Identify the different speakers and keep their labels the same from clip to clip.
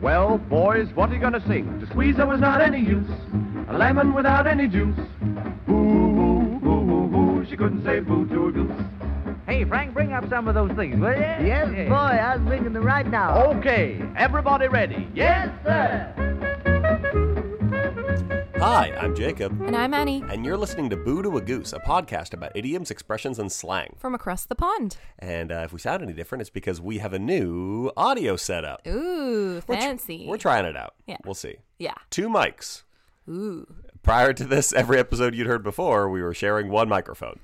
Speaker 1: Well, boys, what are you going to sing? The squeezer was not any use, a lemon without any juice. Boo, boo, boo, boo, boo. She couldn't say boo to a goose.
Speaker 2: Hey, Frank, bring up some of those things, will you? Oh.
Speaker 3: Yes, boy, I was thinking them right now.
Speaker 1: Okay, everybody ready? Yes?
Speaker 3: sir.
Speaker 4: Hi, I'm Jacob,
Speaker 5: And I'm Annie
Speaker 4: and you're listening to Boo to a Goose, a podcast about idioms, expressions, and slang.
Speaker 5: from across the pond.
Speaker 4: And uh, if we sound any different, it's because we have a new audio setup.
Speaker 5: Ooh,
Speaker 4: We're tr-
Speaker 5: fancy.
Speaker 4: We're trying it out.
Speaker 5: Yeah.
Speaker 4: We'll see.
Speaker 5: Yeah.
Speaker 4: Two mics.
Speaker 5: Ooh.
Speaker 4: Prior to this, every episode you'd heard before, we were sharing one microphone.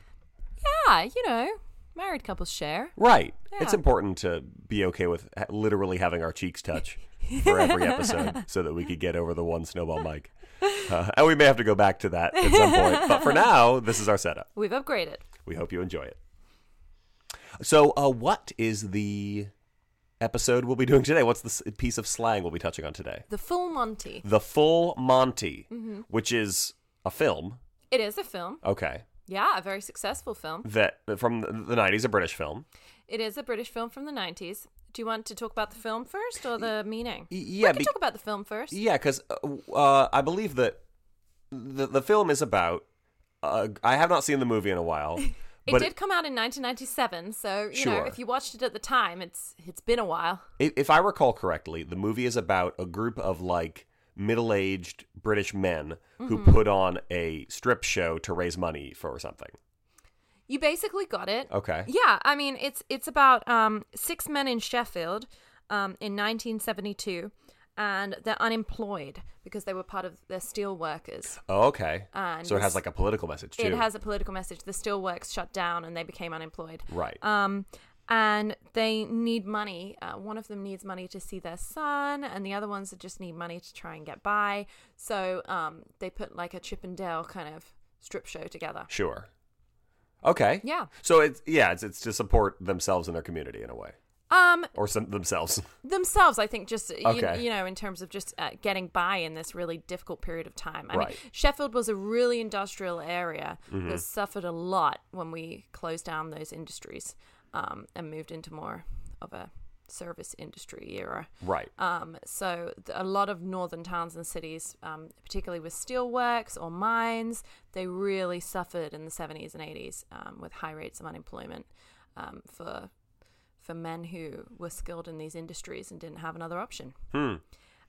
Speaker 5: Yeah, you know, married couples share.
Speaker 4: Right. It's
Speaker 5: Yeah.
Speaker 4: important to be okay with ha- literally having our cheeks touch for every episode so that we could get over the one snowball mic. Uh, and we may have to go back to that at some point. But for now, this is our setup.
Speaker 5: We've upgraded.
Speaker 4: We hope you enjoy it. So, uh, what is the episode we'll be doing today? What's the s- piece of slang we'll be touching on today?
Speaker 5: The Full Monty.
Speaker 4: The Full Monty,
Speaker 5: Mm-hmm.
Speaker 4: which is a film.
Speaker 5: It is a film.
Speaker 4: Okay.
Speaker 5: Yeah, a very successful film.
Speaker 4: That from the 90s, a British film.
Speaker 5: It is a British film from the 90s. Do you want to talk about the film first or the meaning?
Speaker 4: Y- yeah,
Speaker 5: We can
Speaker 4: be-
Speaker 5: talk about the film first.
Speaker 4: Yeah, because uh, uh, I believe that the the film is about. Uh, I have not seen the movie in a while,
Speaker 5: It
Speaker 4: but
Speaker 5: did come out in 1997, so you know
Speaker 4: Sure.
Speaker 5: if you watched it at the time, it's it's been a while.
Speaker 4: i- if I recall correctly, the movie is about a group of like middle aged British men who
Speaker 5: Mm-hmm.
Speaker 4: put on a strip show to raise money for something.
Speaker 5: You basically got it.
Speaker 4: Okay.
Speaker 5: Yeah, I mean it's it's about um, six men in Sheffield um, in 1972, and they're unemployed because they were part of they're steel workers.
Speaker 4: Oh, okay.
Speaker 5: Uh, And
Speaker 4: so it has
Speaker 5: it's-
Speaker 4: like a political message too.
Speaker 5: It has a political message. The steel works shut down, and they became unemployed.
Speaker 4: right.
Speaker 5: Um, and they need money. Uh, one of them needs money to see their son, and the other ones just need money to try and get by. So um, they put like a Chippendale kind of strip show together.
Speaker 4: sure. Okay.
Speaker 5: Yeah.
Speaker 4: So it's yeah, it's it's to support themselves and their community in a way,
Speaker 5: Um,
Speaker 4: or some themselves.
Speaker 5: themselves i think just
Speaker 4: Okay.
Speaker 5: you, you know in terms of just uh, getting by in this really difficult period of time i mean
Speaker 4: Right. Mm-hmm.
Speaker 5: sheffield was a really industrial area that suffered a lot when we closed down those industries um, and moved into more of a service industry era
Speaker 4: right.
Speaker 5: um, so th- a lot of northern towns and cities um, particularly with steelworks or mines they really suffered in the 70s and 80s um, with high rates of unemployment um, for for men who were skilled in these industries and didn't have another option.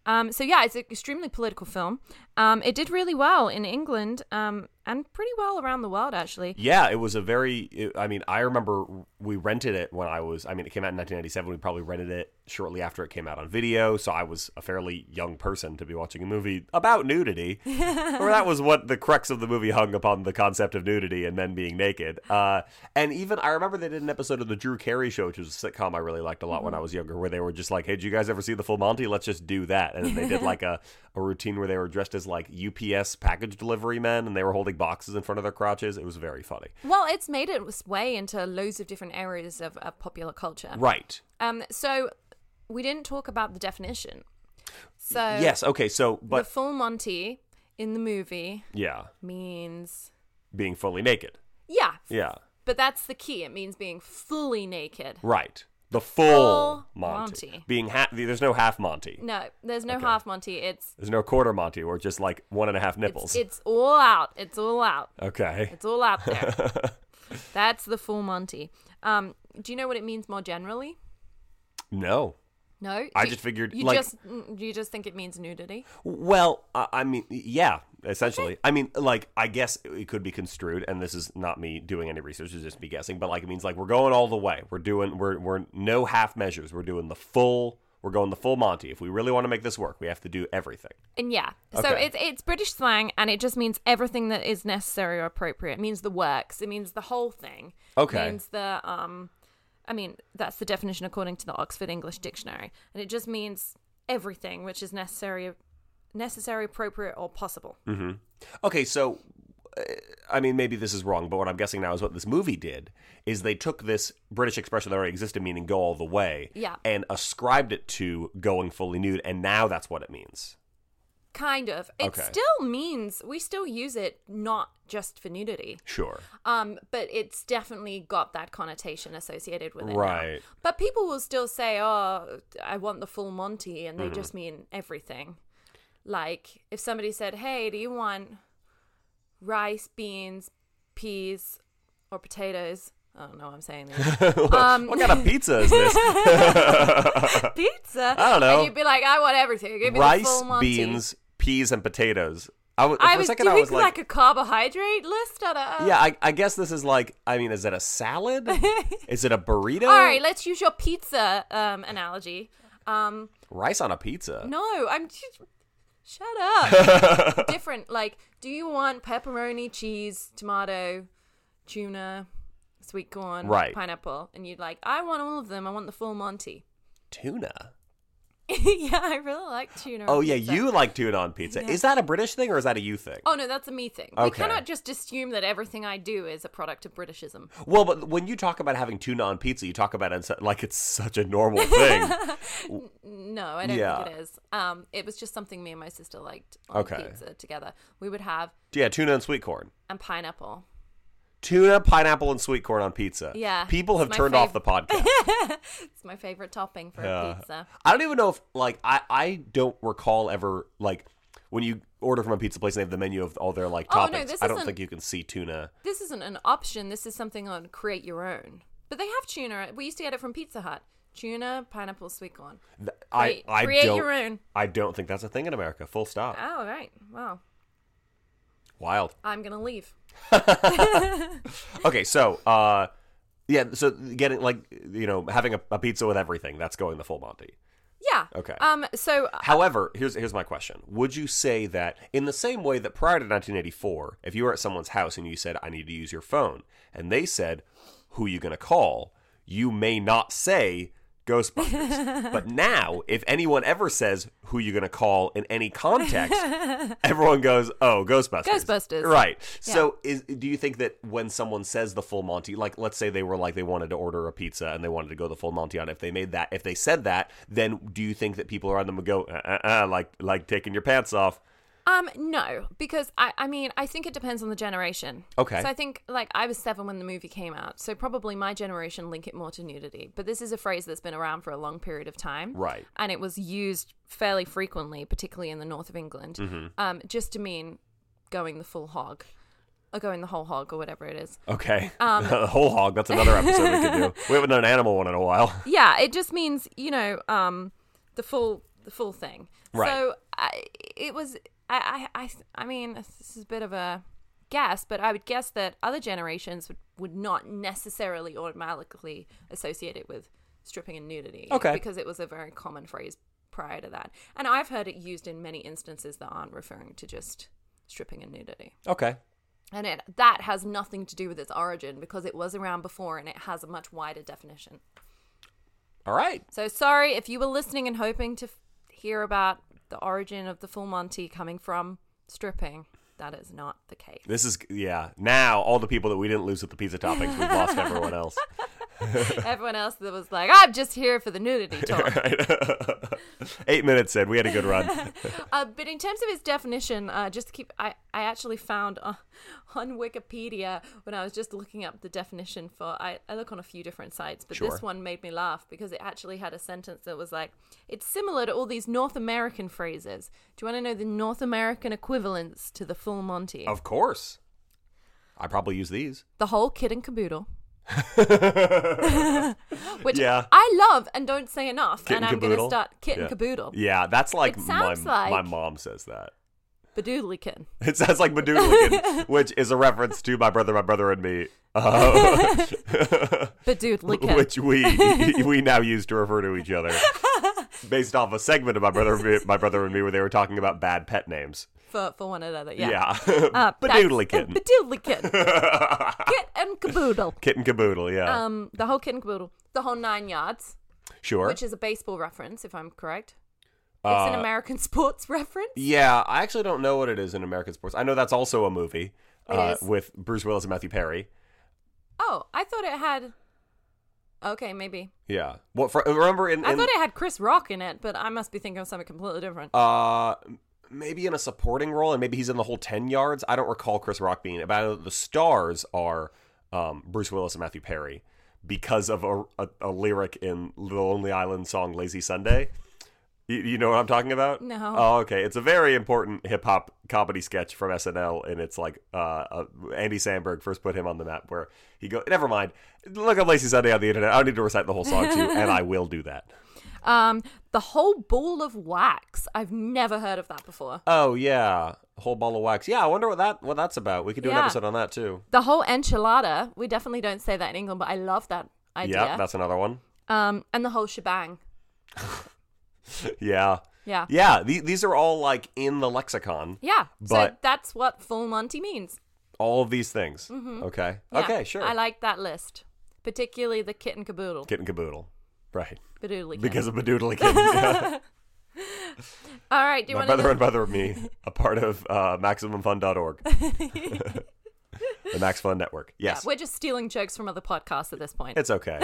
Speaker 5: Um, so yeah, it's an extremely political film. Um, it did really well in England um, and pretty well around the world, actually.
Speaker 4: Yeah, it was a very. it- I mean, I remember we rented it when I was. I mean, it came out in 1997. We probably rented it shortly after it came out on video. So I was a fairly young person to be watching a movie about nudity. or that was what the crux of the movie hung upon the concept of nudity and men being naked. Uh, and even I remember they did an episode of the Drew Carey Show, which was a sitcom I really liked a lot when I was younger, where they were just like, "Hey, did you guys ever see the Full Monty? Let's just do that." And then they did like a a routine where they were dressed as like UPS package delivery men and they were holding boxes in front of their crotches. It was very funny.
Speaker 5: Well, it's made its way into loads of different areas of, of popular culture.
Speaker 4: Right.
Speaker 5: Um, so we didn't talk about the definition. So
Speaker 4: yes. Okay. So,
Speaker 5: the
Speaker 4: but
Speaker 5: full Monty in the movie
Speaker 4: yeah,
Speaker 5: means
Speaker 4: being fully naked.
Speaker 5: yeah,
Speaker 4: Yeah.
Speaker 5: but that's the key. It means being fully naked.
Speaker 4: Right. The full,
Speaker 5: Full
Speaker 4: Monty.
Speaker 5: Monty.
Speaker 4: Being ha- there's no half Monty.
Speaker 5: No, there's no half Monty. It's
Speaker 4: There's no quarter Monty or just like one and a half nipples.
Speaker 5: It's, it's all out. It's all out.
Speaker 4: okay.
Speaker 5: It's all out there. That's the full Monty. Um, do you know what it means more generally?
Speaker 4: No.
Speaker 5: No,
Speaker 4: I
Speaker 5: Do-
Speaker 4: just figured,
Speaker 5: You
Speaker 4: like-
Speaker 5: just mm, do you just think it means nudity?
Speaker 4: Well, I, I mean, yeah, essentially. I mean, like, I guess it could be construed, and this is not me doing any research; it's just me guessing. But like, it means like we're going all the way. We're doing we're we're no half measures. We're doing the full. We're going the full Monty. If we really want to make this work, we have to do everything.
Speaker 5: And yeah, so
Speaker 4: Okay.
Speaker 5: it's it's British slang, and it just means everything that is necessary or appropriate. It means the works. It means the whole thing.
Speaker 4: Okay.
Speaker 5: It means the um, I mean that's the definition according to the Oxford English Dictionary, and it just means everything which is necessary, necessary, appropriate, or possible.
Speaker 4: Mm. Okay, so uh, I mean, maybe this is wrong, but what I'm guessing now is what this movie did is they took this British expression that already existed, meaning "go all the way,"
Speaker 5: Yeah.
Speaker 4: and ascribed it to going fully nude, and now that's what it means.
Speaker 5: Kind of. It
Speaker 4: Okay.
Speaker 5: still means we still use it not just for nudity.
Speaker 4: Sure.
Speaker 5: Um, but it's definitely got that connotation associated with it. now.
Speaker 4: Right.
Speaker 5: But people will still say, "Oh, I want the full Monty," and they
Speaker 4: Mm-hmm.
Speaker 5: just mean everything. Like if somebody said, "Hey, do you want rice, beans, peas, or potatoes?" I don't know. why I'm saying this Um,
Speaker 4: what kind of pizza is this?
Speaker 5: pizza.
Speaker 4: I don't know.
Speaker 5: And you'd be like, "I want everything. Give me the
Speaker 4: Rice,
Speaker 5: full Monty."
Speaker 4: beans, peas, and potatoes. I w-
Speaker 5: I
Speaker 4: for
Speaker 5: was
Speaker 4: a second,
Speaker 5: doing
Speaker 4: I was
Speaker 5: like, a carbohydrate list. I don't know.
Speaker 4: yeah, I, I guess this is like, I mean, is it a salad? is it a burrito?
Speaker 5: All right, let's use your pizza um, analogy. Um,
Speaker 4: Rice on a pizza.
Speaker 5: No, I'm just. Shut up. Different. Like, do you want pepperoni, cheese, tomato, tuna, sweet corn,
Speaker 4: Right.
Speaker 5: pineapple? And you'd like, I want all of them. I want the full Monty.
Speaker 4: Tuna.
Speaker 5: yeah, I really like tuna. on
Speaker 4: Oh, yeah,
Speaker 5: pizza.
Speaker 4: you like tuna on pizza. Is that a British thing or is that a you thing?
Speaker 5: Oh no, that's a me thing. We
Speaker 4: Okay.
Speaker 5: cannot just assume that everything I do is a product of Britishism.
Speaker 4: Well, but when you talk about having tuna on pizza, you talk about it so- like it's such a normal thing.
Speaker 5: No, I don't
Speaker 4: Yeah.
Speaker 5: think it is. Um, it was just something me and my sister liked on
Speaker 4: Okay.
Speaker 5: pizza together. We would have
Speaker 4: yeah, tuna and sweet corn.
Speaker 5: and pineapple.
Speaker 4: Tuna, pineapple, and sweet corn on pizza.
Speaker 5: Yeah,
Speaker 4: People have
Speaker 5: it's my
Speaker 4: turned off the podcast.
Speaker 5: It's my favorite topping for a pizza.
Speaker 4: I don't even know if like I I don't recall ever like when you order from a pizza place and they have the menu of all their like
Speaker 5: Oh,
Speaker 4: toppings.
Speaker 5: no, this
Speaker 4: I don't
Speaker 5: isn't-
Speaker 4: think you can see tuna.
Speaker 5: this isn't an option. This is something on create your own. But they have tuna. We used to get it from Pizza Hut. Tuna, pineapple, sweet corn.
Speaker 4: Th- I
Speaker 5: Create-
Speaker 4: I
Speaker 5: create
Speaker 4: don't
Speaker 5: your own.
Speaker 4: I don't think that's a thing in America. Full stop.
Speaker 5: Oh, right. Wow.
Speaker 4: Wild.
Speaker 5: I'm going to leave.
Speaker 4: Okay, so uh yeah, so getting like you know having a, a pizza with everything that's going the full Monty.
Speaker 5: Yeah.
Speaker 4: Okay.
Speaker 5: Um. So, uh,
Speaker 4: However, here's here's my question. Would you say that in the same way that prior to 1984, if you were at someone's house and you said I need to use your phone and they said who you going to call, you may not say Ghostbusters. but now, if anyone ever says who you going to call in any context, everyone goes, "Oh, Ghostbusters."
Speaker 5: Ghostbusters.
Speaker 4: Right. So, is do you think that when someone says the full Monty, like let's say they were like they wanted to order a pizza and they wanted to go the full Monty on, it, if they made that, if they said that, then do you think that people around them would go, uh, uh, uh, like like taking your pants off?
Speaker 5: um, no, because I, I mean, I think it depends on the generation.
Speaker 4: Okay.
Speaker 5: So I think, like, I was seven when the movie came out, so probably my generation link it more to nudity. But this is a phrase that's been around for a long period of time.
Speaker 4: Right.
Speaker 5: and it was used fairly frequently, particularly in the north of England,
Speaker 4: Mm-hmm.
Speaker 5: um, just to mean going the full hog or going the whole hog or whatever it is.
Speaker 4: Okay. Whole hog. That's another episode we could do. We haven't done an animal one in a while.
Speaker 5: Yeah, it just means you know um, the full the full thing.
Speaker 4: Right.
Speaker 5: So I, it was. I, I I I mean, this is a bit of a guess, but I would guess that other generations would, would not necessarily automatically associate it with stripping and nudity.
Speaker 4: Okay.
Speaker 5: Because it was a very common phrase prior to that, and I've heard it used in many instances that aren't referring to just stripping and nudity.
Speaker 4: Okay.
Speaker 5: And it that has nothing to do with its origin because it was around before and it has a much wider definition.
Speaker 4: All right.
Speaker 5: So sorry if you were listening and hoping to f- hear about the origin of the full Monty coming from stripping. That is not the case.
Speaker 4: This is yeah. Now all the people that we didn't lose with the pizza toppings, we've lost everyone else.
Speaker 5: Everyone else that was like, I'm just here for the nudity talk.
Speaker 4: Eight minutes in, we had a good run.
Speaker 5: uh, but in terms of his definition, uh, just to keep, I, I actually found uh, on Wikipedia when I was just looking up the definition for, I, I look on a few different sites, but
Speaker 4: Sure.
Speaker 5: this one made me laugh because it actually had a sentence that was like, it's similar to all these North American phrases. Do you want to know the North American equivalents to the full Monty?
Speaker 4: Of course. I probably use these.
Speaker 5: the whole kit and caboodle. Which
Speaker 4: Yeah.
Speaker 5: I love and don't say enough.
Speaker 4: Kit
Speaker 5: and,
Speaker 4: and
Speaker 5: I'm going to
Speaker 4: caboodle.
Speaker 5: start kit
Speaker 4: Yeah.
Speaker 5: and caboodle.
Speaker 4: Yeah, that's like
Speaker 5: It
Speaker 4: my
Speaker 5: sounds
Speaker 4: my
Speaker 5: like-
Speaker 4: mom says that.
Speaker 5: Badoodlykin.
Speaker 4: It sounds like Badoodlikin, which is a reference to my brother, my brother and me, uh,
Speaker 5: Badoodlykin.
Speaker 4: which we we now use to refer to each other, based off a segment of my brother, and me- my brother and me, where they were talking about bad pet names.
Speaker 5: for, for one another. Yeah.
Speaker 4: Yeah,
Speaker 5: Uh, that's-
Speaker 4: Badoodlikin.
Speaker 5: Badoodlykin. kit and caboodle.
Speaker 4: kitten caboodle. Yeah,
Speaker 5: Um, the whole kit and caboodle. The whole nine yards,
Speaker 4: sure.
Speaker 5: which is a baseball reference, if I'm correct. It's
Speaker 4: Uh,
Speaker 5: an American sports reference.
Speaker 4: Yeah, I actually don't know what it is in American sports. I know that's also a movie uh,
Speaker 5: is.
Speaker 4: with Bruce Willis and Matthew Perry.
Speaker 5: Oh, I thought it had. Okay, maybe.
Speaker 4: Yeah. What? For, remember in,
Speaker 5: I
Speaker 4: in
Speaker 5: thought it had Chris Rock in it, but I must be thinking of something completely different.
Speaker 4: uh, maybe in a supporting role, and maybe he's in the whole ten yards. I don't recall Chris Rock being. But I know the stars are um, Bruce Willis and Matthew Perry because of a, a, a lyric in the Lonely Island song "Lazy Sunday." You, you know what I'm talking about?
Speaker 5: No.
Speaker 4: Oh, okay. It's a very important hip hop comedy sketch from SNL, and it's like uh, uh, Andy Samberg first put him on the map where he go. Never mind. Look up Lazy Sunday on the internet. I don't need to recite the whole song to you, and I will do that.
Speaker 5: Um, the whole ball of wax. I've never heard of that before.
Speaker 4: Oh yeah, whole ball of wax. Yeah, I wonder what that what that's about. We could do an
Speaker 5: Yeah.
Speaker 4: episode on that too.
Speaker 5: The whole enchilada. We definitely don't say that in England, but I love that idea.
Speaker 4: Yeah, that's another one.
Speaker 5: um, and the whole shebang.
Speaker 4: Yeah,
Speaker 5: Yeah.
Speaker 4: yeah. The, these are all like in the lexicon.
Speaker 5: Yeah. so
Speaker 4: But-
Speaker 5: that's what full Monty means.
Speaker 4: All of these things. Okay.
Speaker 5: Mm-hmm. Yeah.
Speaker 4: Okay. Sure.
Speaker 5: I like that list, particularly the kitten caboodle.
Speaker 4: kitten caboodle. Right.
Speaker 5: Caboodle. kitten.
Speaker 4: Because of Badoodly Kitten. Yeah.
Speaker 5: All right. Do you
Speaker 4: My
Speaker 5: want to?
Speaker 4: brother and brother of me, a part of uh, MaximumFun.org, the Max Fun Network. Yes.
Speaker 5: We're just stealing jokes from other podcasts at this point.
Speaker 4: it's okay.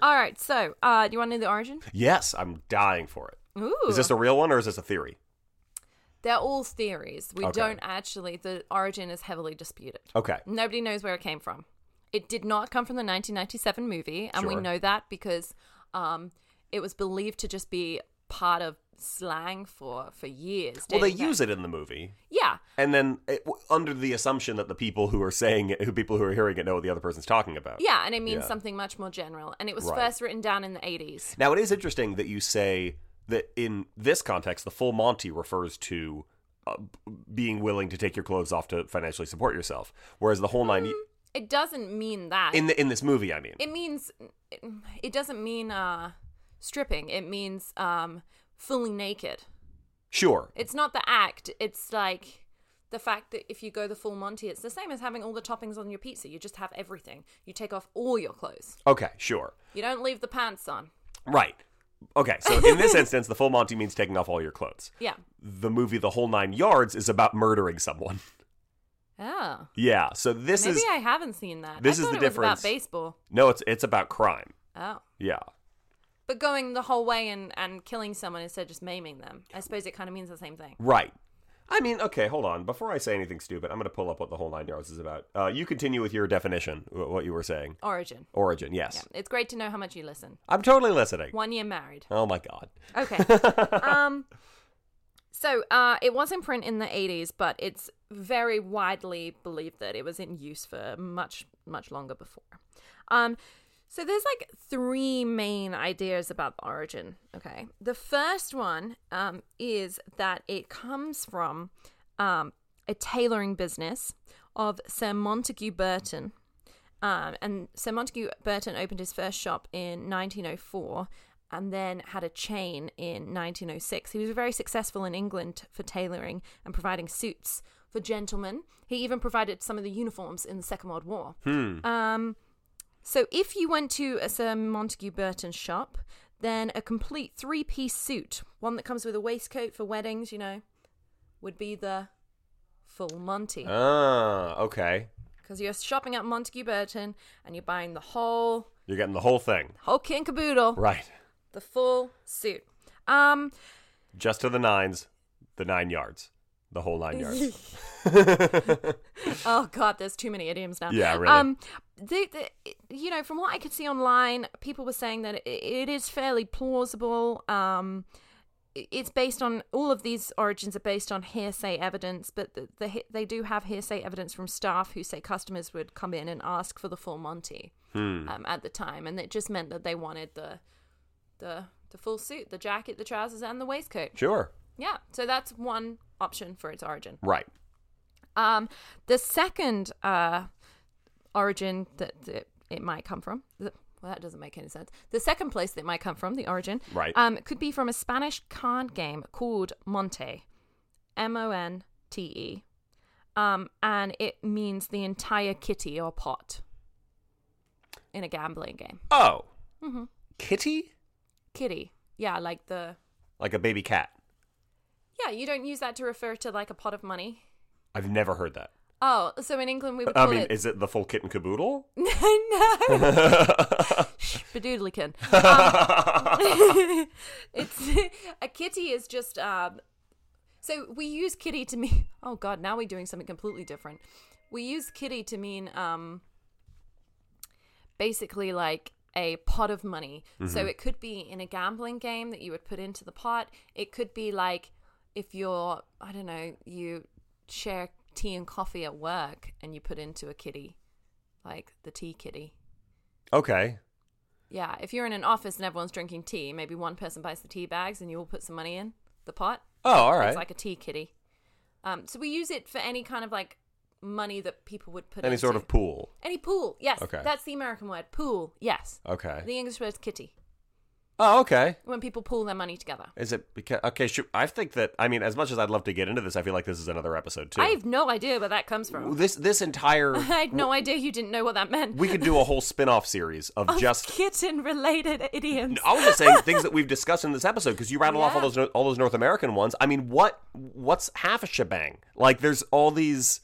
Speaker 5: All right. So, uh, do you want to know the origin?
Speaker 4: yes, I'm dying for it.
Speaker 5: Ooh.
Speaker 4: Is this a real one or is this a theory?
Speaker 5: They're all theories. We
Speaker 4: Okay.
Speaker 5: don't actually. The origin is heavily disputed.
Speaker 4: Okay.
Speaker 5: Nobody knows where it came from. It did not come from the 1997 movie, and
Speaker 4: Sure.
Speaker 5: we know that because um, it was believed to just be part of slang for for years.
Speaker 4: Well, they use it in the movie.
Speaker 5: Yeah,
Speaker 4: and then it, w- under the assumption that the people who are saying it, who people who are hearing it know what the other person's talking about.
Speaker 5: yeah, and it means
Speaker 4: Yeah.
Speaker 5: something much more general. And it was
Speaker 4: Right.
Speaker 5: first written down in the 80s.
Speaker 4: Now it is interesting that you say that in this context, the full Monty refers to uh, b- being willing to take your clothes off to financially support yourself, whereas the whole nine
Speaker 5: It doesn't mean that.
Speaker 4: in the, in this movie, I mean,
Speaker 5: Mm, it means it, it doesn't mean uh, stripping. It means um, fully naked.
Speaker 4: sure,
Speaker 5: It's not the act. It's like the fact that if you go the full Monty, it's the same as having all the toppings on your pizza. You just have everything. You take off all your clothes.
Speaker 4: okay, sure,
Speaker 5: You don't leave the pants on.
Speaker 4: right, okay. So in this instance, the full Monty means taking off all your clothes.
Speaker 5: Yeah.
Speaker 4: The movie, the whole nine yards, is about murdering someone.
Speaker 5: Oh.
Speaker 4: Yeah. So this
Speaker 5: Maybe
Speaker 4: is
Speaker 5: I haven't seen that.
Speaker 4: this
Speaker 5: I
Speaker 4: is
Speaker 5: thought
Speaker 4: the
Speaker 5: it was
Speaker 4: difference.
Speaker 5: about baseball.
Speaker 4: no, it's it's about crime.
Speaker 5: Oh.
Speaker 4: Yeah.
Speaker 5: But going the whole way and, and killing someone instead of just maiming them, I suppose it kind of means the same thing.
Speaker 4: Right. I mean, okay, hold on. Before I say anything stupid, I'm going to pull up what the whole nine yards is about. Uh, you continue with your definition, wh- what you were saying.
Speaker 5: Origin.
Speaker 4: Origin, yes.
Speaker 5: Yeah. It's great to know how much you listen.
Speaker 4: I'm totally listening.
Speaker 5: One year married.
Speaker 4: Oh my god.
Speaker 5: Okay. um, so uh, it was in print in the 80s, but it's very widely believed that it was in use for much, much longer before. Um, so there's like three main ideas about the origin. Okay. The first one um, is that it comes from um, a tailoring business of Sir Montague Burton. Um, and Sir Montague Burton opened his first shop in 1904 and then had a chain in 1906. He was very successful in England for tailoring and providing suits for gentlemen. He even provided some of the uniforms in the Second World War.
Speaker 4: Hmm.
Speaker 5: Um, so if you went to a Sir Montague Burton shop, then a complete three piece suit, one that comes with a waistcoat for weddings, you know, would be the full Monty
Speaker 4: Ah, okay.
Speaker 5: because you're shopping at Montague Burton and you're buying the whole
Speaker 4: You're getting the whole thing.
Speaker 5: whole kit and caboodle,
Speaker 4: Right.
Speaker 5: the full suit. Um,
Speaker 4: Just to the nines, the nine yards. The whole nine yards.
Speaker 5: oh god, there's too many idioms now.
Speaker 4: Yeah, really.
Speaker 5: Um, the, the, you know, from what I could see online, people were saying that it, it is fairly plausible. Um, i- it's based on all of these origins are based on hearsay evidence, but the, the, he- they do have hearsay evidence from staff who say customers would come in and ask for the full Monty
Speaker 4: Hmm.
Speaker 5: um, at the time, and it just meant that they wanted the the the full suit, the jacket, the trousers, and the waistcoat.
Speaker 4: sure.
Speaker 5: Yeah, so that's one option for its origin.
Speaker 4: Right.
Speaker 5: Um, the second uh, origin that, that it might come from. th- Well, that doesn't make any sense. The second place that it might come from, the origin,
Speaker 4: Right.
Speaker 5: um, could be from a Spanish card game called Monte, M O N T E, um, and it means the entire kitty or pot in a gambling game.
Speaker 4: Oh.
Speaker 5: Mm-hmm.
Speaker 4: Kitty?
Speaker 5: Kitty, yeah, like the
Speaker 4: Like a baby cat.
Speaker 5: yeah. You don't use that to refer to like a pot of money.
Speaker 4: I've never heard that.
Speaker 5: Oh, so in England we would
Speaker 4: I
Speaker 5: call
Speaker 4: mean,
Speaker 5: it.
Speaker 4: is it the full kitten caboodle?
Speaker 5: no. Badoodlykin. Um, it's a kitty is just um, So we use kitty to mean. Oh God, now we're doing something completely different. We use kitty to mean um, basically like a pot of money. So it could be in a gambling game that you would put into the pot. It could be like if you're, I don't know, you share tea and coffee at work and you put into a kitty, like the tea kitty.
Speaker 4: Okay.
Speaker 5: Yeah, if you're in an office and everyone's drinking tea, maybe one person buys the tea bags and you all put some money in the pot.
Speaker 4: Oh, all
Speaker 5: It's
Speaker 4: right.
Speaker 5: like a tea kitty. Um, so we use it for any kind of like money that people would put
Speaker 4: Any sort
Speaker 5: into-
Speaker 4: of pool.
Speaker 5: any pool. Yes,
Speaker 4: Okay.
Speaker 5: that's the American word pool. Yes,
Speaker 4: Okay.
Speaker 5: the English word is kitty.
Speaker 4: Oh, okay.
Speaker 5: When people pool their money together.
Speaker 4: Is it because okay? Should, I think that I mean, as much as I'd love to get into this, I feel like this is another episode too.
Speaker 5: I have no idea where that comes from.
Speaker 4: this this entire
Speaker 5: I had no idea you didn't know what that meant.
Speaker 4: we could do a whole spin-off series of just
Speaker 5: kitten related idioms.
Speaker 4: I was just saying things that we've discussed in this episode because you rattle off all
Speaker 5: Yeah.
Speaker 4: those all those North American ones. I mean, what what's half a shebang? Like, there's all these.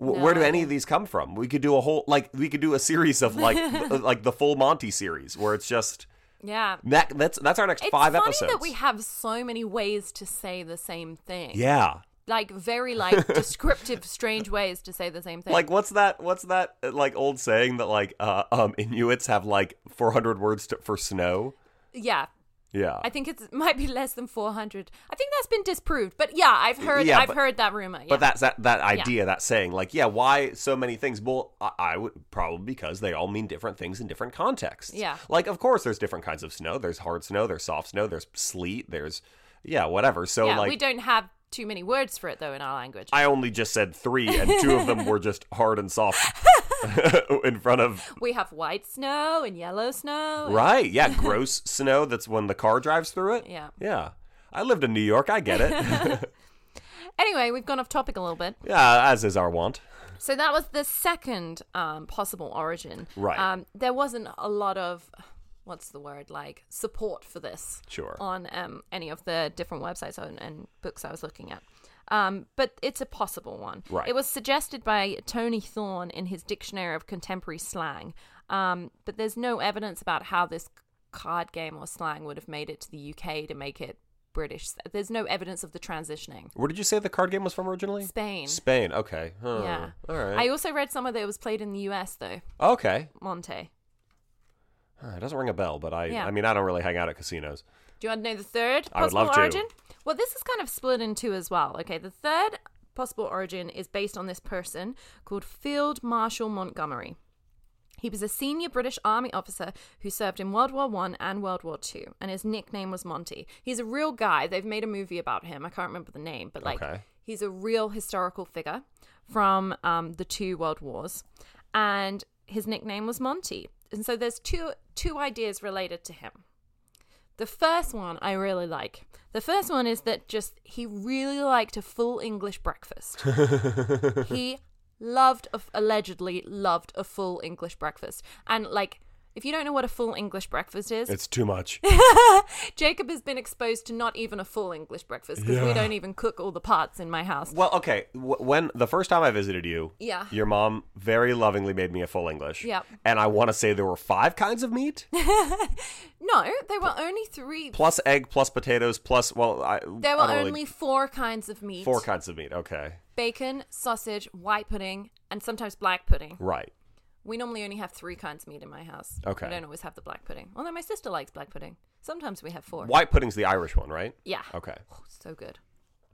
Speaker 4: W- Where do
Speaker 5: No.
Speaker 4: any of these come from? We could do a whole like we could do a series of like th- like the full Monty series where it's just
Speaker 5: Yeah.
Speaker 4: that that's that's our next
Speaker 5: It's
Speaker 4: five
Speaker 5: funny
Speaker 4: episodes.
Speaker 5: that we have so many ways to say the same thing.
Speaker 4: yeah,
Speaker 5: Like very like descriptive, strange ways to say the same thing.
Speaker 4: like what's that? What's that uh, like old saying that like uh, um Inuits have like 400 words to, for snow?
Speaker 5: yeah.
Speaker 4: Yeah,
Speaker 5: I think it might be less than 400. I think that's been disproved. But yeah, I've heard
Speaker 4: Yeah,
Speaker 5: I've
Speaker 4: but-
Speaker 5: heard that rumor. Yeah.
Speaker 4: But that's that that idea, that saying, like, yeah, why so many things? Well, I, I would probably because they all mean different things in different contexts.
Speaker 5: Yeah.
Speaker 4: Like, of course, there's different kinds of snow. There's hard snow. There's soft snow. There's sleet. There's yeah, whatever. So
Speaker 5: yeah,
Speaker 4: like,
Speaker 5: we don't have too many words for it though in our language.
Speaker 4: I only just said three, and two of them were just hard and soft in front of
Speaker 5: we have white snow and yellow snow. and-
Speaker 4: right. Yeah, gross snow. That's when the car drives through it.
Speaker 5: Yeah.
Speaker 4: Yeah. I lived in New York. I get it.
Speaker 5: Anyway, we've gone off topic a little bit.
Speaker 4: yeah, as is our wont.
Speaker 5: So that was the second um, possible origin.
Speaker 4: Right.
Speaker 5: Um, there wasn't a lot of what's the word like support for this.
Speaker 4: Sure.
Speaker 5: On um, any of the different websites and, and books I was looking at. Um, but it's a possible one.
Speaker 4: Right.
Speaker 5: It was suggested by Tony Thorne in his Dictionary of Contemporary Slang, um, but there's no evidence about how this card game or slang would have made it to the UK to make it British. There's no evidence of the transitioning.
Speaker 4: Where did you say the card game was from originally?
Speaker 5: Spain.
Speaker 4: Spain. Okay. Huh.
Speaker 5: Yeah.
Speaker 4: Oh, All right.
Speaker 5: I also read somewhere that it was played in the US though.
Speaker 4: Okay.
Speaker 5: Monte.
Speaker 4: Huh, It doesn't ring a bell, but I
Speaker 5: Yeah.
Speaker 4: I mean I don't really hang out at casinos.
Speaker 5: Do you want to know the third
Speaker 4: I would
Speaker 5: possible
Speaker 4: love to.
Speaker 5: origin? Well, this is kind of split in two as well. Okay, the third possible origin is based on this person called Field Marshal Montgomery. He was a senior British Army officer who served in World War One and World War Two, and his nickname was Monty. He's a real guy. They've made a movie about him. I can't remember the name, but like
Speaker 4: Okay.
Speaker 5: he's a real historical figure from um, the two world wars, and his nickname was Monty. And so there's two two ideas related to him. The first one I really like. The first one is that just he really liked a full English breakfast. he loved, a, allegedly loved a full English breakfast. And like, if you don't know what a full English breakfast is,
Speaker 4: It's too much.
Speaker 5: Jacob has been exposed to not even a full English breakfast because we don't even cook all the parts in my house.
Speaker 4: well, okay. W- when the first time I visited you,
Speaker 5: Yeah.
Speaker 4: your mom very lovingly made me a full English.
Speaker 5: Yep.
Speaker 4: And I want to say there were five kinds of meat,
Speaker 5: No, there were only three.
Speaker 4: plus egg, plus potatoes, plus well, I
Speaker 5: There
Speaker 4: I
Speaker 5: were
Speaker 4: don't really-
Speaker 5: only four kinds of meat:
Speaker 4: four kinds of meat. Okay,
Speaker 5: bacon, sausage, white pudding, and sometimes black pudding.
Speaker 4: right.
Speaker 5: We normally only have three kinds of meat in my house.
Speaker 4: Okay.
Speaker 5: We don't always have the black pudding. Although my sister likes black pudding. Sometimes we have four.
Speaker 4: White pudding's the Irish one, right?
Speaker 5: Yeah.
Speaker 4: Okay.
Speaker 5: Oh, so good.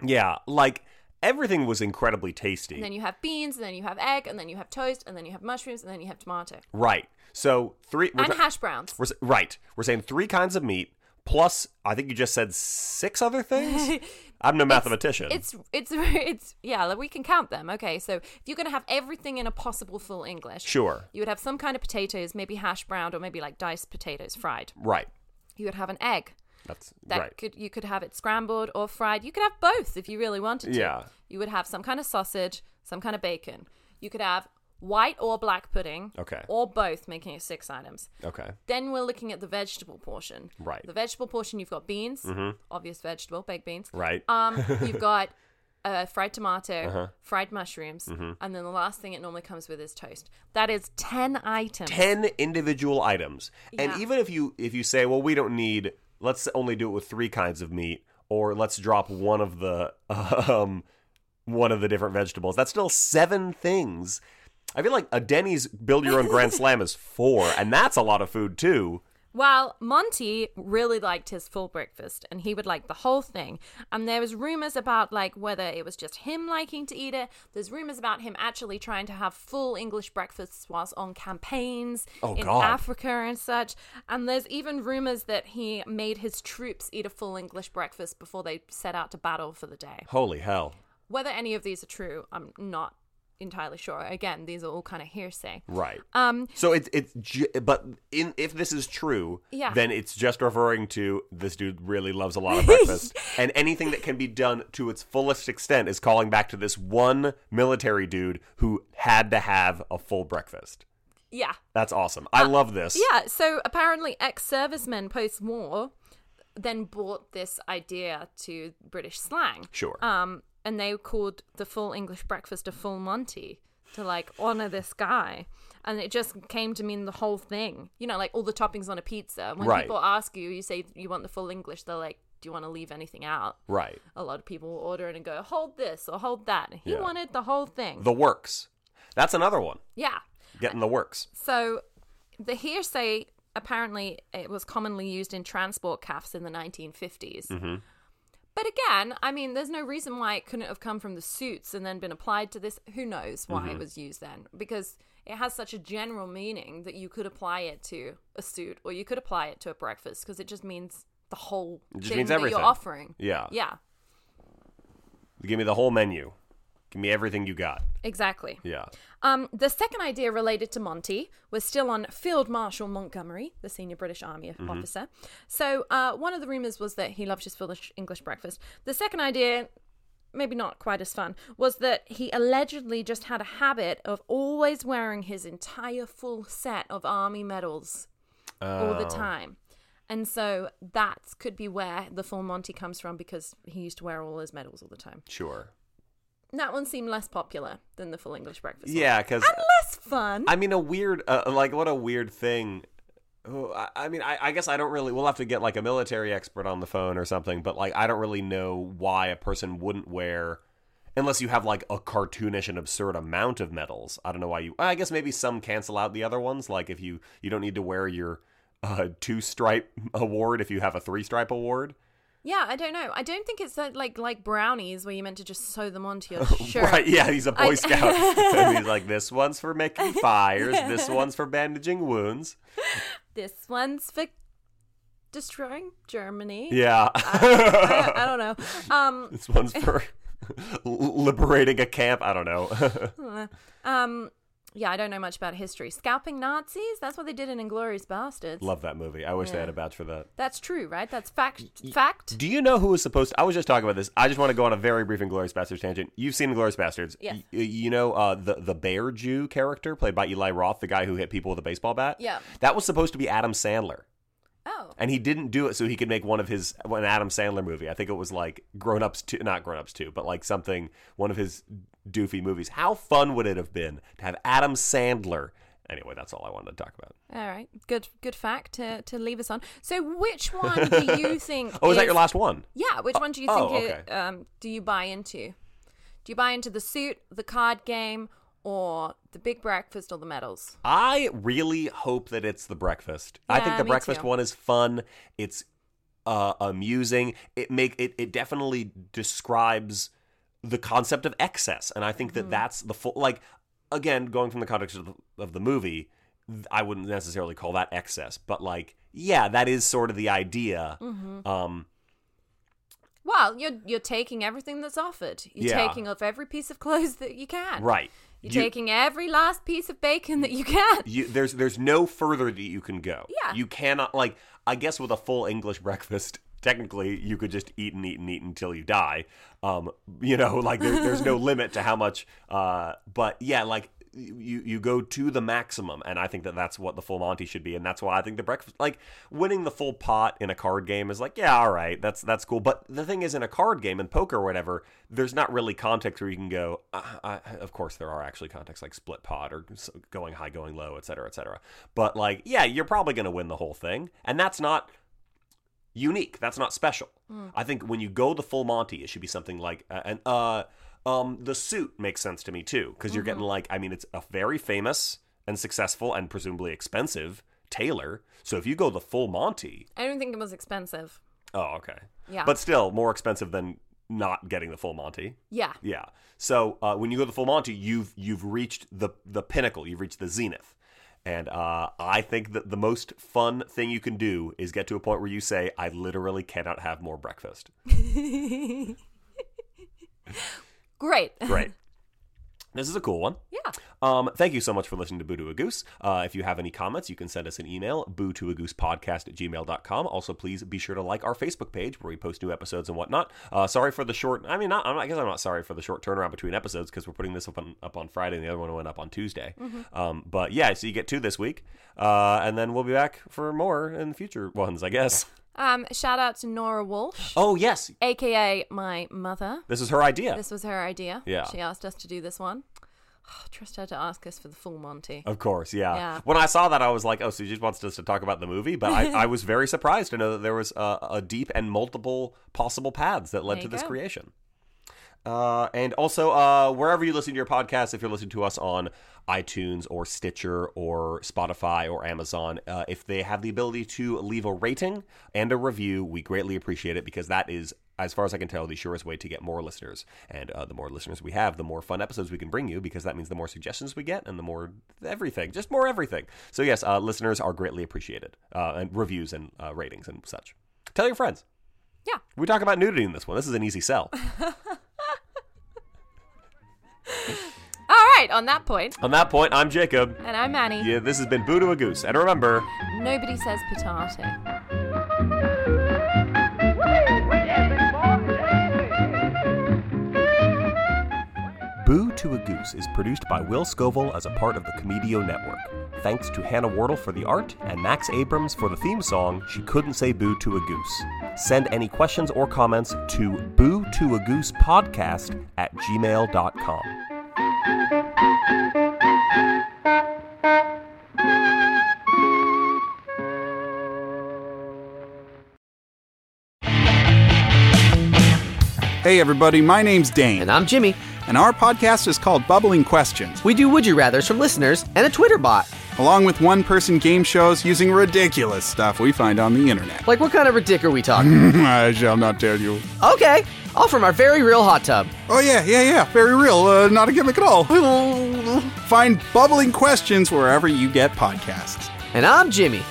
Speaker 4: Yeah, like everything was incredibly tasty.
Speaker 5: And then you have beans, and then you have egg, and then you have toast, and then you have mushrooms, and then you have tomato.
Speaker 4: right. So three we're
Speaker 5: and
Speaker 4: ta-
Speaker 5: hash browns.
Speaker 4: We're, s- right. We're saying three kinds of meat plus. I think you just said six other things. I'm no mathematician.
Speaker 5: It's it's it's yeah, like, we can count them. Okay, so if you're gonna have everything in a possible full English,
Speaker 4: sure.
Speaker 5: you would have some kind of potatoes, maybe hash browned or maybe like diced potatoes fried.
Speaker 4: Right.
Speaker 5: You would have an egg.
Speaker 4: That's
Speaker 5: That
Speaker 4: right.
Speaker 5: could you could have it scrambled or fried. You could have both if you really wanted to.
Speaker 4: Yeah.
Speaker 5: You would have some kind of sausage, some kind of bacon. You could have white or black pudding.
Speaker 4: Okay.
Speaker 5: Or both, making it six items.
Speaker 4: okay.
Speaker 5: Then we're looking at the vegetable portion.
Speaker 4: Right. Mm-hmm.
Speaker 5: The vegetable portion, you've got beans, obvious vegetable, baked beans.
Speaker 4: Right. Uh-huh.
Speaker 5: Um, you've got uh, fried tomato, fried mushrooms,
Speaker 4: Mm-hmm.
Speaker 5: and then the last thing it normally comes with is toast. That is ten items.
Speaker 4: Ten individual items, and
Speaker 5: Yeah.
Speaker 4: even if you if you say, well, we don't need. Let's only do it with three kinds of meat or let's drop one of the um, one of the different vegetables. That's still seven things. I feel like a Denny's build your own grand slam is four, and that's a lot of food too.
Speaker 5: Well, Monty really liked his full breakfast and he would like the whole thing. And there was rumors about like whether it was just him liking to eat it. There's rumors about him actually trying to have full English breakfasts whilst on campaigns
Speaker 4: Oh,
Speaker 5: in
Speaker 4: God.
Speaker 5: Africa and such. And there's even rumors that he made his troops eat a full English breakfast before they set out to battle for the day.
Speaker 4: Holy hell!
Speaker 5: Whether any of these are true, I'm not entirely sure. Again, these are all kind of hearsay.
Speaker 4: Right.
Speaker 5: Um
Speaker 4: So it's it's ju- but in if this is true,
Speaker 5: Yeah.
Speaker 4: then it's just referring to this dude really loves a lot of breakfast, and anything that can be done to its fullest extent is calling back to this one military dude who had to have a full breakfast.
Speaker 5: yeah,
Speaker 4: That's awesome. I love this.
Speaker 5: Uh, Yeah, so apparently ex servicemen post war then brought this idea to British slang.
Speaker 4: Sure.
Speaker 5: Um, and they called the full English breakfast a full Monty to like honor this guy. And it just came to mean the whole thing, you know, like all the toppings on a pizza. When
Speaker 4: Right.
Speaker 5: people ask you, you say you want the full English, they're like, do you want to leave anything out?
Speaker 4: Right.
Speaker 5: A lot of people will order it and go, hold this or hold that. And he
Speaker 4: Yeah.
Speaker 5: wanted the whole thing.
Speaker 4: The works. That's another one.
Speaker 5: yeah.
Speaker 4: Getting the works.
Speaker 5: So, the hearsay apparently it was commonly used in transport calves in the 1950s.
Speaker 4: Mm-hmm.
Speaker 5: But again, I mean, there's no reason why it couldn't have come from the suits and then been applied to this. Who knows why
Speaker 4: Mm-hmm.
Speaker 5: it was used then? Because it has such a general meaning that you could apply it to a suit or you could apply it to a breakfast because it just means the whole
Speaker 4: It just
Speaker 5: thing
Speaker 4: means
Speaker 5: that
Speaker 4: everything.
Speaker 5: you're offering.
Speaker 4: Yeah.
Speaker 5: Yeah,
Speaker 4: Give me the whole menu. Give me everything you got.
Speaker 5: exactly.
Speaker 4: Yeah.
Speaker 5: Um, the second idea related to Monty was still on Field Marshal Montgomery, the senior British Army
Speaker 4: Mm-hmm.
Speaker 5: officer. So uh, one of the rumors was that he loved his full English breakfast. The second idea, maybe not quite as fun, was that he allegedly just had a habit of always wearing his entire full set of army medals all
Speaker 4: Oh.
Speaker 5: the time. And so that could be where the full Monty comes from because he used to wear all his medals all the time.
Speaker 4: Sure.
Speaker 5: That one seemed less popular than the full English breakfast. one.
Speaker 4: Yeah, because
Speaker 5: And less fun.
Speaker 4: I mean, a weird, uh, like, what a weird thing. Oh, I, I mean, I, I guess I don't really. We'll have to get like a military expert on the phone or something, but like, I don't really know why a person wouldn't wear, unless you have like a cartoonish and absurd amount of medals. I don't know why you. I guess maybe some cancel out the other ones. Like, if you you don't need to wear your uh, two stripe award if you have a three stripe award.
Speaker 5: Yeah, I don't know. I don't think it's that like like brownies where you're meant to just sew them onto your shirt.
Speaker 4: Right, yeah, he's a Boy
Speaker 5: I-
Speaker 4: Scout. And he's like, this one's for making fires, this one's for bandaging wounds.
Speaker 5: This one's for destroying Germany.
Speaker 4: Yeah.
Speaker 5: I, I don't know. Um,
Speaker 4: This one's for liberating a camp. I don't know.
Speaker 5: um, yeah, I don't know much about history. Scalping Nazis? That's what they did in Inglorious Bastards.
Speaker 4: Love that movie. I wish they had a badge for that.
Speaker 5: That's true, right? That's fact. Fact.
Speaker 4: Do you know who was supposed to? I was just talking about this. I just want to go on a very brief Inglorious Bastards tangent. You've seen Inglorious Bastards.
Speaker 5: Yes.
Speaker 4: you know uh, the the Bear Jew character played by Eli Roth, the guy who hit people with a baseball bat.
Speaker 5: Yeah.
Speaker 4: That was supposed to be Adam Sandler,
Speaker 5: Oh,
Speaker 4: and he didn't do it so he could make one of his an Adam Sandler movie. I think it was like Grown Ups Two, not Grown Ups Two, but like something one of his doofy movies. How fun would it have been to have Adam Sandler? Anyway, that's all I wanted to talk about.
Speaker 5: all right. Good. Good fact to to leave us on. So, which one do you think?
Speaker 4: Oh, is that your last one?
Speaker 5: Yeah, which one do you
Speaker 4: oh,
Speaker 5: think it,
Speaker 4: okay.
Speaker 5: um, do you buy into? Do you buy into the suit, the card game, or the big breakfast or the medals?
Speaker 4: I really hope that it's the breakfast. I
Speaker 5: Yeah,
Speaker 4: think the
Speaker 5: me
Speaker 4: breakfast
Speaker 5: too.
Speaker 4: one is fun. It's uh, amusing. It make it, it definitely describes the concept of excess, and I think
Speaker 5: Mm-hmm.
Speaker 4: that that's the full like again going from the context of the, of the movie. th- I wouldn't necessarily call that excess, but like yeah, that is sort of the idea.
Speaker 5: Mm-hmm.
Speaker 4: Um,
Speaker 5: Well, you're you're taking everything that's offered. You're
Speaker 4: Yeah.
Speaker 5: taking off every piece of clothes that you can.
Speaker 4: right.
Speaker 5: You're
Speaker 4: You-
Speaker 5: taking every last piece of bacon that you can.
Speaker 4: you there's there's no further that you can go.
Speaker 5: Yeah.
Speaker 4: You cannot like I guess with a full English breakfast, technically you could just eat and eat and eat until you die. Um, you know, like there, there's no limit to how much. Uh, but yeah, like you you go to the maximum, and I think that that's what the full Monty should be, and that's why I think the breakfast like winning the full pot in a card game is like yeah, all right, that's that's cool. But the thing is, in a card game and poker or whatever, there's not really context where you can go. Uh, I, of course, there are actually contexts like split pot or s- going high, going low, et cetera, et cetera. But like, yeah, you're probably going to win the whole thing, and that's not unique. That's not special. I think when you go the full Monty, it should be something like uh, and uh um the suit makes sense to me too because you're getting like I mean it's a very famous and successful and presumably expensive tailor. So if you go the full Monty,
Speaker 5: I don't think it was expensive.
Speaker 4: oh okay,
Speaker 5: Yeah.
Speaker 4: but still more expensive than not getting the full Monty.
Speaker 5: Yeah.
Speaker 4: Yeah. So uh, when you go the full Monty, you've you've reached the the pinnacle. You've reached the zenith. And uh, I think that the most fun thing you can do is get to a point where you say, "I literally cannot have more breakfast."
Speaker 5: Great.
Speaker 4: Great. this is a cool one.
Speaker 5: yeah.
Speaker 4: Um, thank you so much for listening to Boo to a Goose. Uh, if you have any comments, you can send us an email, boo to a goose podcast at gmail.com. Also, please be sure to like our Facebook page where we post new episodes and whatnot. Uh, sorry for the short, I mean, not, I'm not- I guess I'm not sorry for the short turnaround between episodes because we're putting this up on, up on Friday and the other one went up on Tuesday. Um, but yeah, so you get two this week. Uh, and then we'll be back for more in future ones, I guess.
Speaker 5: Um, shout out to Nora Walsh,
Speaker 4: Oh, yes.
Speaker 5: aka my mother.
Speaker 4: This is her idea.
Speaker 5: This was her idea.
Speaker 4: Yeah.
Speaker 5: She asked us to do this one. Oh, trust her to ask us for the full Monty.
Speaker 4: Of course, yeah.
Speaker 5: Yeah.
Speaker 4: When I saw that, I was like, "Oh, so she just wants us to talk about the movie." But I, I was very surprised to know that there was a, a deep and multiple possible paths that led
Speaker 5: There
Speaker 4: to
Speaker 5: you
Speaker 4: this
Speaker 5: go.
Speaker 4: creation. Uh, and also, uh, wherever you listen to your podcast, if you're listening to us on iTunes or Stitcher or Spotify or Amazon, uh, if they have the ability to leave a rating and a review, we greatly appreciate it because that is, as far as I can tell, the surest way to get more listeners. And uh, the more listeners we have, the more fun episodes we can bring you because that means the more suggestions we get and the more everything, just more everything. So, yes, uh, listeners are greatly appreciated, uh, and reviews and uh, ratings and such. Tell your friends.
Speaker 5: Yeah.
Speaker 4: We talk about nudity in this one. This is an easy sell.
Speaker 5: All right. On that point,
Speaker 4: On that point, I'm Jacob.
Speaker 5: and I'm Annie.
Speaker 4: Yeah, this has been Boo to a Goose. And remember,
Speaker 5: Nobody says potato.
Speaker 4: Boo to a Goose is produced by Will Scoville as a part of the Comedio Network. Thanks to Hannah Wardle for the art and Max Abrams for the theme song, She Couldn't Say Boo to a Goose. Send any questions or comments to boo to a goose podcast at gmail.com.
Speaker 6: Hey, everybody, my name's Dane,
Speaker 7: And I'm Jimmy.
Speaker 6: and our podcast is called Bubbling Questions,
Speaker 7: We do Would You Rathers from listeners and a Twitter bot.
Speaker 6: along with one person game shows using ridiculous stuff we find on the internet.
Speaker 7: Like, what kind of ridic are we talking?
Speaker 6: I shall not tell you.
Speaker 7: okay, all from our very real hot tub.
Speaker 6: Oh, yeah, yeah, yeah, very real, uh, not a gimmick at all. find Bubbling Questions wherever you get podcasts.
Speaker 7: And I'm Jimmy.